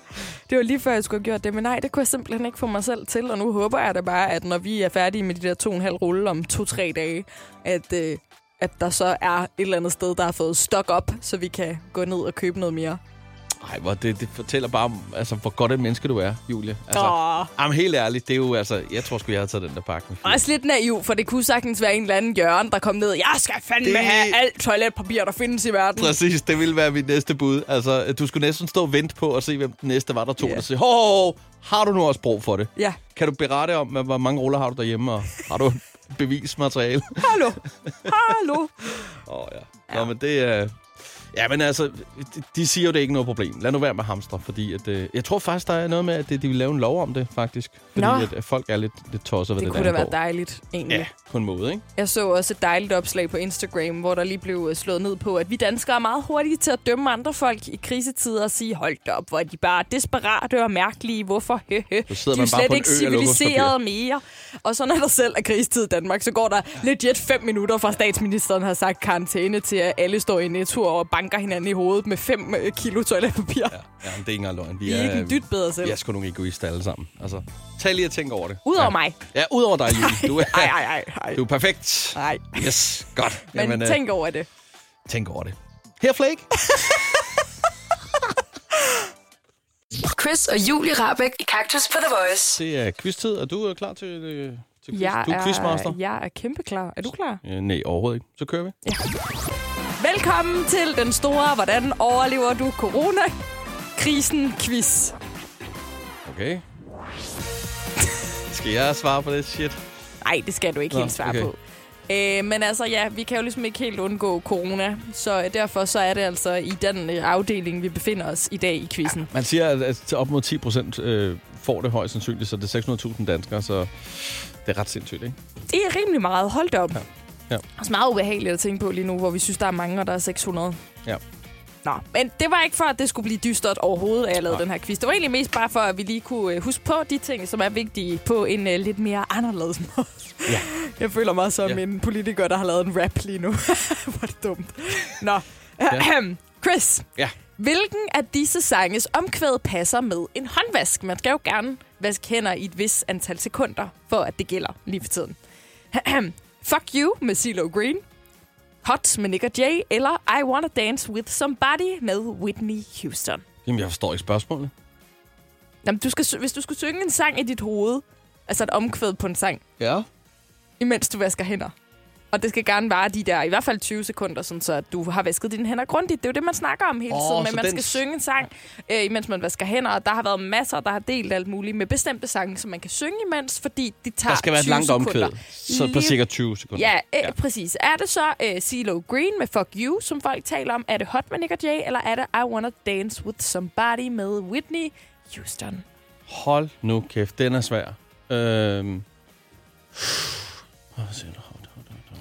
Speaker 3: det var lige før, jeg skulle have gjort det, men nej, det kunne jeg simpelthen ikke få mig selv til, og nu håber jeg da bare, at når vi er færdige med de der to og en halv rulle om to-tre dage, at, øh, at der så er et eller andet sted, der har fået stok op, så vi kan gå ned og købe noget mere.
Speaker 2: Nej, hvor det, det fortæller bare om, altså, hvor godt et menneske du er, Julie. Altså,
Speaker 3: Åh.
Speaker 2: jamen, helt ærligt, det er jo, altså, jeg tror sgu, jeg havde taget den der pakke. med
Speaker 3: Også lidt naiv, for det kunne sagtens være en eller anden hjørne, der kom ned. Jeg skal fandme
Speaker 2: Det-
Speaker 3: det... have alt toiletpapir, der findes i verden.
Speaker 2: Præcis, det ville være mit næste bud. Altså, du skulle næsten stå og vente på og se, hvem den næste var, der tog yeah. det. Og sige, hov, hov, hov, har du nu også brug for det?
Speaker 3: Ja.
Speaker 2: Kan du berette om, hvad- hvor mange ruller har du derhjemme, og har du bevismateriale?
Speaker 3: Hallo. Hallo.
Speaker 2: Åh, oh, ja. Nå, men det er... Ja, men altså, de- de siger jo, det er ikke noget problem. Lad nu være med hamstre, fordi at, øh, jeg tror faktisk, der er noget med, at det- de vil lave en lov om det, faktisk. Fordi
Speaker 3: Nå.
Speaker 2: at, at folk er lidt, lidt tosset, hvad det,
Speaker 3: Det kunne da
Speaker 2: der
Speaker 3: være
Speaker 2: angår.
Speaker 3: dejligt, egentlig.
Speaker 2: Ja, på en måde, ikke?
Speaker 3: Jeg så også et dejligt opslag på Instagram, hvor der lige blev øh, slået ned på, at vi danskere er meget hurtige til at dømme andre folk i krisetider og sige, hold da op, hvor er de bare desperate og mærkelige, hvorfor? Høhø. de er
Speaker 2: Så sidder
Speaker 3: jo
Speaker 2: man bare
Speaker 3: slet
Speaker 2: på en
Speaker 3: ikke
Speaker 2: ø af
Speaker 3: civiliserede
Speaker 2: lokumspapir."
Speaker 3: mere. Og så når der selv er krisetid i Danmark, så går der legit fem minutter fra statsministeren har sagt karantæne til, at alle står i netto og banker hinanden i hovedet med fem øh, kilo toiletpapir. Ja.
Speaker 2: Ja, men det er ikke engang løgn.
Speaker 3: Vi er ikke en dyt bedre selv.
Speaker 2: Vi er sgu nogle egoister alle sammen. Altså, tag lige og tænk over det.
Speaker 3: Udover
Speaker 2: ja.
Speaker 3: mig.
Speaker 2: Ja, udover dig, Julie. Du er,
Speaker 3: Ej, ej, ej, ej.
Speaker 2: Du er perfekt.
Speaker 3: Nej.
Speaker 2: Yes, godt.
Speaker 3: Men Jamen,
Speaker 2: øh,
Speaker 3: tænk over det.
Speaker 2: tænk over det. Her Flake.
Speaker 4: Chris og Julie Rabeck i Kaktus på The Voice.
Speaker 2: Det er quiz-tid, og du er klar til, øh, til quiz.
Speaker 3: Jeg
Speaker 2: du er, quizmaster.
Speaker 3: er, jeg er kæmpe klar. Er du klar?
Speaker 2: Ja. Nej, overhovedet ikke. Så kører vi. Ja.
Speaker 3: Velkommen til den store Hvordan overlever du coronakrisen quiz.
Speaker 2: Okay. Skal jeg svare på det shit?
Speaker 3: Nej, det skal du ikke
Speaker 2: Nå,
Speaker 3: helt svare
Speaker 2: okay.
Speaker 3: okay. på. Øh, men altså ja, vi kan jo ligesom ikke helt undgå corona, så derfor så er det altså i den øh, afdeling, vi befinder os i dag i quizzen.
Speaker 2: Man siger, at, at til op mod 10 procent øh, får det højst sandsynligt, så det er 600.000 danskere, så det er ret sindssygt, ikke?
Speaker 3: Det er rimelig meget, hold da op. Ja.
Speaker 2: Ja.
Speaker 3: Også meget ubehageligt at tænke på lige nu, hvor vi synes, der er mange, og der er 600.
Speaker 2: Ja.
Speaker 3: Nå, men det var ikke for, at det skulle blive dystert overhovedet, at jeg lavede
Speaker 2: Nej.
Speaker 3: den her quiz. Det var egentlig mest bare for, at vi lige kunne øh, huske på de ting, som er vigtige på en øh, lidt mere anderledes måde.
Speaker 2: Ja.
Speaker 3: Jeg føler mig som
Speaker 2: Ja.
Speaker 3: en politiker, der har lavet en rap lige nu. Hvor er det dumt. Nå. Chris,
Speaker 2: Ja.
Speaker 3: hvilken af disse sanges omkvæd passer med en håndvask? Man skal jo gerne vaske hænder i et vis antal sekunder, for at det gælder lige for tiden. Fuck You med CeeLo Green. Hot med Nick og Jay, eller I Wanna Dance With Somebody med Whitney Houston.
Speaker 2: Jamen, jeg forstår ikke spørgsmålet.
Speaker 3: Jamen, du skal, sy- hvis du skulle synge en sang i dit hoved, altså et omkvæd på en sang,
Speaker 2: Ja.
Speaker 3: imens du vasker hænder, og det skal gerne vare de der, i hvert fald 20 sekunder, sådan så at du har vasket dine hænder grundigt. Det er jo det, man snakker om hele
Speaker 2: Åh,
Speaker 3: tiden,
Speaker 2: så
Speaker 3: men man
Speaker 2: den
Speaker 3: skal
Speaker 2: s-
Speaker 3: synge en sang, øh, imens man vasker hænder, og der har været masser, der har delt alt muligt med bestemte sange, som man kan synge imens, fordi de tager
Speaker 2: Der skal være et
Speaker 3: 20
Speaker 2: langt
Speaker 3: sekunder.
Speaker 2: omkvæd, så på
Speaker 3: Lige-
Speaker 2: cirka 20 sekunder.
Speaker 3: Ja, øh, ja, præcis. Er det så øh, CeeLo Green med Fuck You, som folk taler om? Er det Hot med Nick og Jay, eller er det I Wanna Dance With Somebody med Whitney Houston?
Speaker 2: Hold nu kæft, den er svær. Øhm. Åh, hvad siger du? Hot, hot, hot, hot.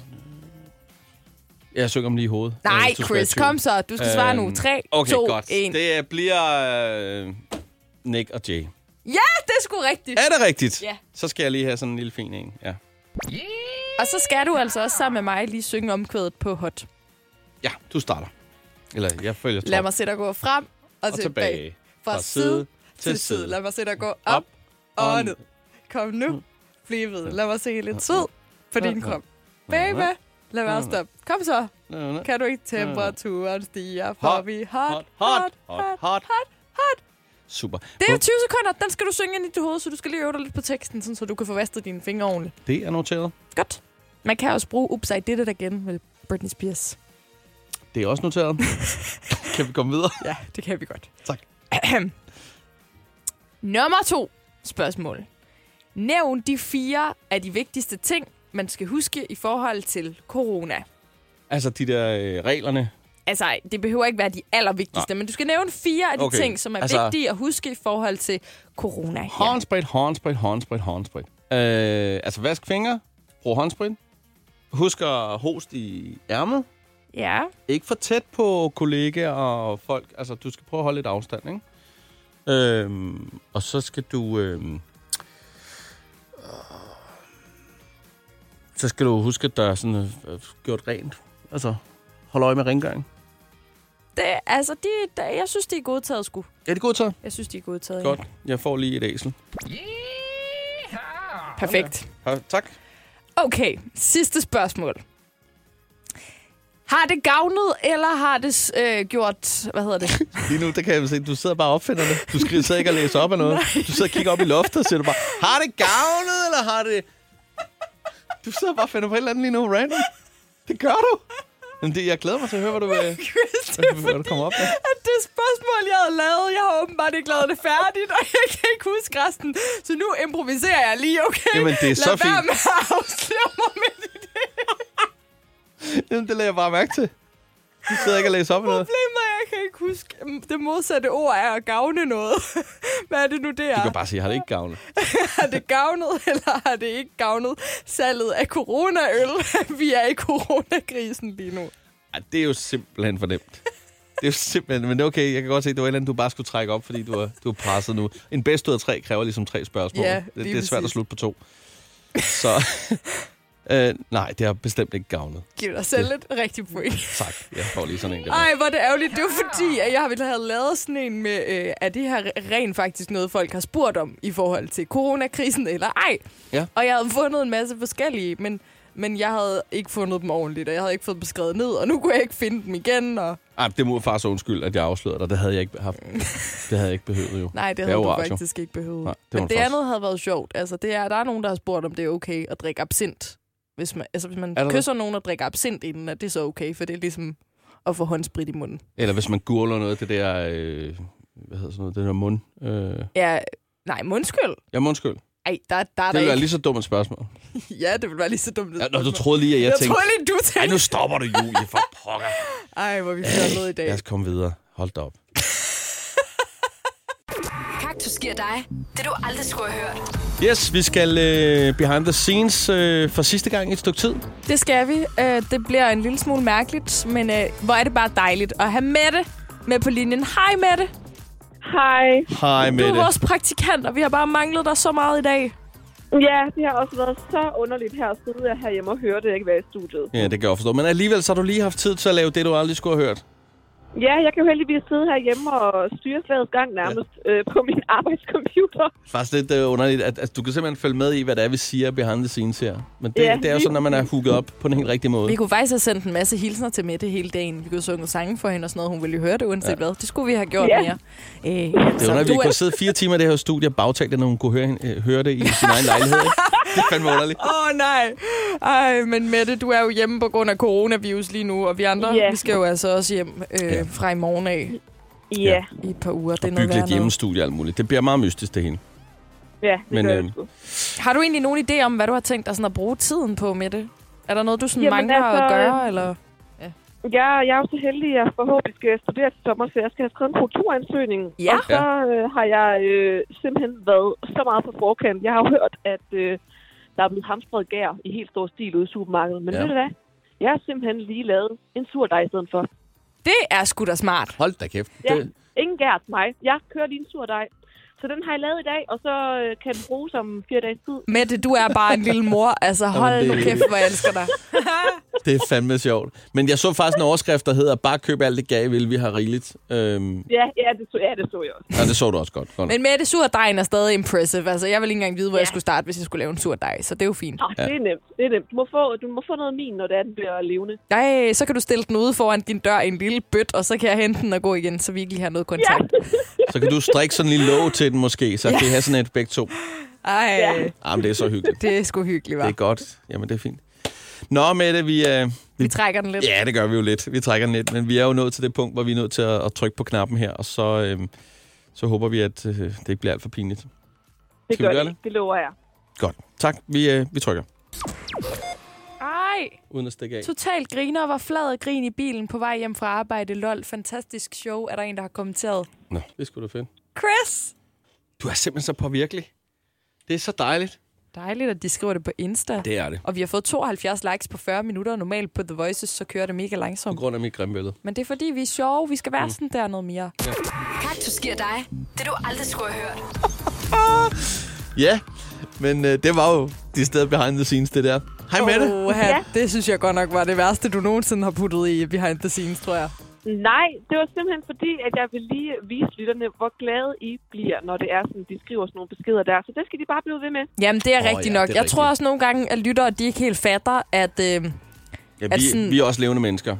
Speaker 2: Jeg synger om lige i hovedet.
Speaker 3: Nej,
Speaker 2: Jeg synes, du skal
Speaker 3: Chris,
Speaker 2: være i tvivl.
Speaker 3: kom så. Du skal svare nu. Tre,
Speaker 2: Øhm, okay,
Speaker 3: to,
Speaker 2: godt.
Speaker 3: en.
Speaker 2: Det bliver øh, Nick og Jay.
Speaker 3: Ja, det er sgu rigtigt.
Speaker 2: Er det rigtigt?
Speaker 3: Ja.
Speaker 2: Så skal jeg lige have sådan en lille fin en. Ja.
Speaker 3: Og så skal du altså også sammen med mig lige synge omkvædet på Hot.
Speaker 2: ja, du starter. Eller jeg følger
Speaker 3: Lad
Speaker 2: trop.
Speaker 3: mig se dig gå frem og,
Speaker 2: Og tilbage.
Speaker 3: Fra side til side. Lad mig se dig gå op og ned. Kom nu. Bliv ved. Lad mig se lidt sød på din krop. Baby, lad være stop. Kom så. Kan du ikke temperaturen stiger, for
Speaker 2: Hot,
Speaker 3: vi hot,
Speaker 2: hot,
Speaker 3: hot,
Speaker 2: hot,
Speaker 3: hot,
Speaker 2: hot.
Speaker 3: hot, hot.
Speaker 2: Super.
Speaker 3: Det er jo 20 sekunder. Den skal du synge ind i dit hoved, så du skal lige øve dig lidt på teksten, sådan, så du kan få vasket dine fingre ordentligt.
Speaker 2: Det er noteret.
Speaker 3: Godt. Man kan også bruge Oops, I did it again med Britney Spears.
Speaker 2: Det er også noteret. kan vi komme videre?
Speaker 3: Ja, det kan vi godt.
Speaker 2: Tak.
Speaker 3: Nummer to spørgsmål. Nævn de fire af de vigtigste ting, man skal huske i forhold til corona.
Speaker 2: Altså de der øh, reglerne.
Speaker 3: Altså, det behøver ikke være de allervigtigste,
Speaker 2: Nej.
Speaker 3: Nej. men du skal nævne fire af de
Speaker 2: Okay.
Speaker 3: okay. ting, som er
Speaker 2: Altså-
Speaker 3: altså... vigtige at huske i forhold til corona. her.
Speaker 2: Håndsprit, håndsprit, håndsprit, håndsprit. Øh, altså vask fingre, brug håndsprit. Husk at hoste i ærmet.
Speaker 3: Ja.
Speaker 2: Ikke for tæt på kollegaer og folk. Altså, du skal prøve at holde lidt afstand, ikke? Øhm, og så skal du... Øhm, øh, så skal du huske, at der er sådan, øh, gjort rent. Altså, hold øje med rengøring.
Speaker 3: Det, altså, de, de, jeg synes, de er godtaget, sgu.
Speaker 2: Er det godtaget?
Speaker 3: Jeg synes, de er godtaget.
Speaker 2: Godt. Jeg får lige et æsel.
Speaker 3: Ja. Perfekt.
Speaker 2: Ja, tak.
Speaker 3: Okay, sidste spørgsmål. Har det gavnet, eller har det øh, gjort... Hvad hedder det?
Speaker 2: Lige nu, der kan jeg se, at du sidder bare og opfinder det. Du skriver så ikke og læser op af noget. Du sidder og kigger op i loftet og siger du bare, har det gavnet, eller har det... Du sidder bare og finder på et eller andet lige nu, random. Det gør du. Men det, jeg glæder mig til at høre, hvad du, vil,
Speaker 3: Chris, det er
Speaker 2: hvad du kommer op med.
Speaker 3: at det spørgsmål, jeg havde lavet, jeg har åbenbart ikke lavet det færdigt, og jeg kan ikke huske resten. Så nu improviserer jeg lige, okay?
Speaker 2: Jamen, det er
Speaker 3: Lad
Speaker 2: så
Speaker 3: Lad være
Speaker 2: fint.
Speaker 3: med at afsløre mig med det.
Speaker 2: Jamen, det lader jeg bare mærke til. Du sidder ikke og læser op af noget.
Speaker 3: Problemet er, jeg kan ikke huske. Mm, Det modsatte ord er at gavne noget. Hvad er det nu, det er?
Speaker 2: Du kan bare sige, har det ikke gavnet?
Speaker 3: har det gavnet, eller har det ikke gavnet salget af coronaøl? Vi er i coronakrisen lige nu.
Speaker 2: Ej, det er jo simpelthen for nemt. Det er jo simpelthen, men det er okay, jeg kan godt se, at det var et eller andet, du bare skulle trække op, fordi du er, du er presset nu. En bedst ud af tre kræver ligesom tre spørgsmål.
Speaker 3: Ja,
Speaker 2: det,
Speaker 3: lige
Speaker 2: det er svært at
Speaker 3: præcis.
Speaker 2: slutte på to. Så øh, nej, det har bestemt ikke gavnet.
Speaker 3: Giv dig selv et rigtigt point.
Speaker 2: Tak, jeg får lige sådan en. Der.
Speaker 3: Ej, hvor er det ærgerligt. Det er jo fordi, at jeg ville have lavet sådan en med, øh, er det her rent faktisk noget, folk har spurgt om i forhold til coronakrisen eller ej?
Speaker 2: Ja.
Speaker 3: Og jeg havde fundet en masse forskellige, men, men jeg havde ikke fundet dem ordentligt, og jeg havde ikke fået dem skrevet ned, og nu kunne jeg ikke finde dem igen. Og...
Speaker 2: Ej, det må faktisk undskylde, at jeg afslørede dig. Det havde jeg ikke haft. Det havde jeg ikke behøvet jo.
Speaker 3: Nej, det
Speaker 2: er
Speaker 3: havde
Speaker 2: jo
Speaker 3: du
Speaker 2: radio.
Speaker 3: faktisk ikke behøvet.
Speaker 2: Nej, det var
Speaker 3: men det
Speaker 2: faktisk-
Speaker 3: andet havde været sjovt. Altså, det er, der er nogen, der har spurgt, om det er okay at drikke absint. Hvis man, altså, hvis man
Speaker 2: Er der det?
Speaker 3: kysser nogen og drikker absint inden, er det så okay, for det er ligesom at få håndsprit i munden.
Speaker 2: Eller hvis man gurler noget af det der, øh, hvad hedder sådan noget, det der mund. Øh,
Speaker 3: Ja, nej, mundskyld.
Speaker 2: ja, mundskyld.
Speaker 3: Ej, der, der er
Speaker 2: Det
Speaker 3: der
Speaker 2: ville være
Speaker 3: ikke.
Speaker 2: lige så dumt et spørgsmål.
Speaker 3: Ja, det ville være lige så dumt.
Speaker 2: Ja, nå, du troede lige, at jeg,
Speaker 3: jeg
Speaker 2: tænkte...
Speaker 3: troede lige, du
Speaker 2: Ej,
Speaker 3: tænkte.
Speaker 2: nu Øh, stopper du, Julie, for pokker.
Speaker 3: Ej, hvor vi fjollede i
Speaker 2: Lad
Speaker 3: dag.
Speaker 2: os komme videre. Hold da op.
Speaker 4: Kaktus giver dig det, du aldrig skulle have hørt.
Speaker 2: Yes, vi skal øh, behind the scenes øh, for sidste gang i et stykke tid.
Speaker 3: Det skal vi. Øh, det bliver en lille smule mærkeligt, men øh, hvor er det bare dejligt at have Mette med på linjen. Hej, Mette.
Speaker 14: Hej.
Speaker 2: Hej,
Speaker 3: Du
Speaker 2: Mette.
Speaker 3: er vores praktikant, og vi har bare manglet dig så meget i dag.
Speaker 14: Ja, det har også været så underligt her at sidde herhjemme og høre det, ikke være i studiet.
Speaker 2: Ja, det kan jeg godt forstå. Men alligevel så har du lige haft tid til at lave det, du aldrig skulle have hørt.
Speaker 14: Ja, jeg kan jo heldigvis sidde herhjemme og styre slagets gang nærmest ja. øh, på min arbejdscomputer.
Speaker 2: Faktisk lidt øh, underligt, at, at du kan simpelthen følge med i, hvad det er, vi siger behind the scenes her. Men det,
Speaker 3: Ja,
Speaker 2: det er jo
Speaker 3: lige
Speaker 2: sådan, når man er hooket op på den helt rigtige måde.
Speaker 3: Vi kunne faktisk have sendt en masse hilsner til Mette hele dagen. Vi kunne have sunget sange for hende og sådan noget. Hun ville jo høre det uanset ja. hvad. Det skulle vi have gjort
Speaker 14: Ja.
Speaker 3: mere. Øh, det
Speaker 2: Det er underligt, vi kunne sidde fire timer i det her studie og bagtale det, når hun kunne høre, hende- øh, høre det i sin egen lejlighed. Ikke? Det er fandme underligt.
Speaker 3: Åh oh, nej. Ej, men Mette, du er jo hjemme på grund af coronavirus lige nu, og vi andre,
Speaker 14: Ja.
Speaker 3: yeah. vi skal jo altså også hjem øh,
Speaker 2: Ja.
Speaker 3: yeah. fra i morgen af
Speaker 14: Ja,
Speaker 3: i et par uger. Det er noget
Speaker 2: Bygge lidt
Speaker 3: værre noget.
Speaker 2: hjemmestudie og alt muligt. Det bliver meget mystisk, det hele.
Speaker 14: ja det
Speaker 2: Men,
Speaker 14: gør
Speaker 2: øhm,
Speaker 14: jeg sgu.
Speaker 3: Har du egentlig nogen idé om, hvad du har tænkt dig sådan at bruge tiden på, Mette? Er der noget, du sådan
Speaker 14: Jamen,
Speaker 3: mangler
Speaker 14: altså,
Speaker 3: at gøre, eller?
Speaker 14: Jeg, jeg er jo så heldig, at jeg forhåbentlig skal studere til sommer, så jeg skal have skrevet en kulturansøgning.
Speaker 3: Ja.
Speaker 14: Og så øh, har jeg øh, simpelthen været så meget på forkant. Jeg har jo hørt, at øh, der er blevet hamstret gær i helt stor stil ude i supermarkedet. Men
Speaker 2: Ja.
Speaker 14: ja. ved du hvad? Jeg har simpelthen lige lavet en surdej i stedet for.
Speaker 3: Det er sgu da smart.
Speaker 2: Hold da kæft.
Speaker 14: Ja,
Speaker 2: Det,
Speaker 14: ingen gær til mig. Jeg kører lige en surdej. Så den har jeg lavet i dag, og så øh, kan den bruges om fire dages tid.
Speaker 3: Mette, du er bare en lille mor. Altså, hold
Speaker 2: Jamen,
Speaker 3: nu
Speaker 2: det-
Speaker 3: kæft, hvor jeg elsker dig.
Speaker 2: det er fandme sjovt. Men jeg så faktisk en overskrift, der hedder, bare køb alt det gav, vil vi har rigeligt. Øhm,
Speaker 14: Ja, ja, det så, ja, det så jeg også.
Speaker 2: og det så du også godt. godt.
Speaker 3: Men Mette, surdejen er stadig impressive. Altså, jeg vil ikke engang vide, hvor ja.
Speaker 14: Ja.
Speaker 3: jeg skulle starte, hvis jeg skulle lave en surdej, så det er jo fint.
Speaker 14: Nå, ja. det er nemt. Det er nemt. Du må få, du må få noget af min, når det er, den bliver levende.
Speaker 3: Nej, så kan du stille den ude foran din dør i en lille bøt, og så kan jeg hente den og gå igen, så vi ikke lige har noget kontakt.
Speaker 2: Så kan du strikke sådan en lille låg til den måske, så ja. kan I have sådan et begge to.
Speaker 3: Ej, ja.
Speaker 2: Ah, men det er så hyggeligt.
Speaker 3: det er sgu hyggeligt,
Speaker 2: Det er
Speaker 3: var.
Speaker 2: godt. Jamen, det er fint. Nå, Mette, vi... Øh,
Speaker 3: Vi trækker den lidt.
Speaker 2: ja, det gør vi jo lidt. Vi trækker den lidt, men vi er jo nået til det punkt, hvor vi er nødt til at, at trykke på knappen her, og så, øh, så håber vi, at øh, det ikke bliver alt for pinligt.
Speaker 14: Det
Speaker 2: Skal vi gøre
Speaker 14: det. ikke. Det lover jeg.
Speaker 2: Godt. Tak. Vi, øh, vi trykker.
Speaker 3: Ej,
Speaker 2: Uden at stikke af.
Speaker 3: totalt griner og var flad og grin i bilen på vej hjem fra arbejde. Lol, fantastisk show, er der en, der har kommenteret.
Speaker 2: Nå, det skulle du finde.
Speaker 3: Chris!
Speaker 2: Du er simpelthen så påvirkelig. Det er så dejligt.
Speaker 3: Dejligt, at de skriver det på Insta.
Speaker 2: Det er det.
Speaker 3: Og vi har fået 72 likes på 40 minutter. Normalt på The Voices, så kører det mega
Speaker 2: På
Speaker 3: langsomt.
Speaker 2: grund af mit grimme billede.
Speaker 3: Men det er fordi, vi er sjove. Vi
Speaker 2: Mm.
Speaker 3: skal være sådan der noget mere.
Speaker 4: Kaktus giver dig det, du aldrig skulle have hørt.
Speaker 2: Ja, men øh, det var jo de steder behind the scenes, det der. Hej med det.
Speaker 3: Oha, ja. det synes jeg godt nok var det værste, du nogensinde har puttet i behind the scenes, tror jeg.
Speaker 14: Nej, det var simpelthen fordi, at jeg vil lige vise lytterne, hvor glade I bliver, når det er sådan, de skriver sådan nogle beskeder der. Så det skal de bare blive ved med.
Speaker 3: Jamen, det er
Speaker 2: Åh,
Speaker 3: oh,
Speaker 2: ja,
Speaker 3: rigtigt
Speaker 2: det
Speaker 3: nok.
Speaker 2: er
Speaker 3: Jeg
Speaker 2: rigtigt.
Speaker 3: tror også nogle gange, at lyttere, de ikke helt fatter, at... Øh,
Speaker 2: Ja,
Speaker 3: At
Speaker 2: vi,
Speaker 3: sådan-
Speaker 2: vi er også levende mennesker.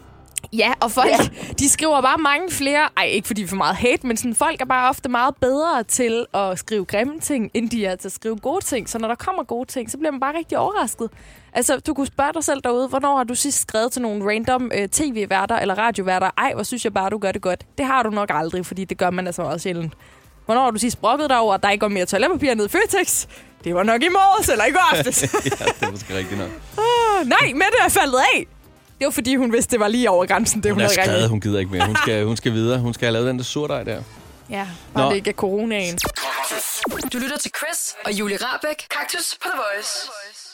Speaker 3: ja, og folk, ja. de skriver bare mange flere... Ej, ikke fordi vi er for meget hate, men sådan, folk er bare ofte meget bedre til at skrive grimme ting, end de er til at skrive gode ting. Så når der kommer gode ting, så bliver man bare rigtig overrasket. Altså, du kunne spørge dig selv derude, hvornår har du sidst skrevet til nogle random øh, tv-værter eller radioværter? Ej, hvor synes jeg bare, du gør det godt. Det har du nok aldrig, fordi det gør man altså også sjældent. Hvornår har du sidst brokket dig over, at der ikke går mere toiletpapir ned i Føtex? Det var nok i morges eller i går aftes.
Speaker 2: ja, det er måske rigtigt nok.
Speaker 3: Åh, nej, Mette er faldet af. Det var, fordi hun vidste, det var lige over grænsen, det hun,
Speaker 2: Hun er
Speaker 3: havde gang i.
Speaker 2: skrevet, hun gider ikke mere. Hun skal, hun skal videre. Hun skal have lavet den der surdej der.
Speaker 3: Ja,
Speaker 2: bare Nå.
Speaker 3: bare Nå.
Speaker 2: det
Speaker 3: det ikke er coronaen.
Speaker 4: Du lytter til Chris og Julie Rabeck. Kaktus på The Voice.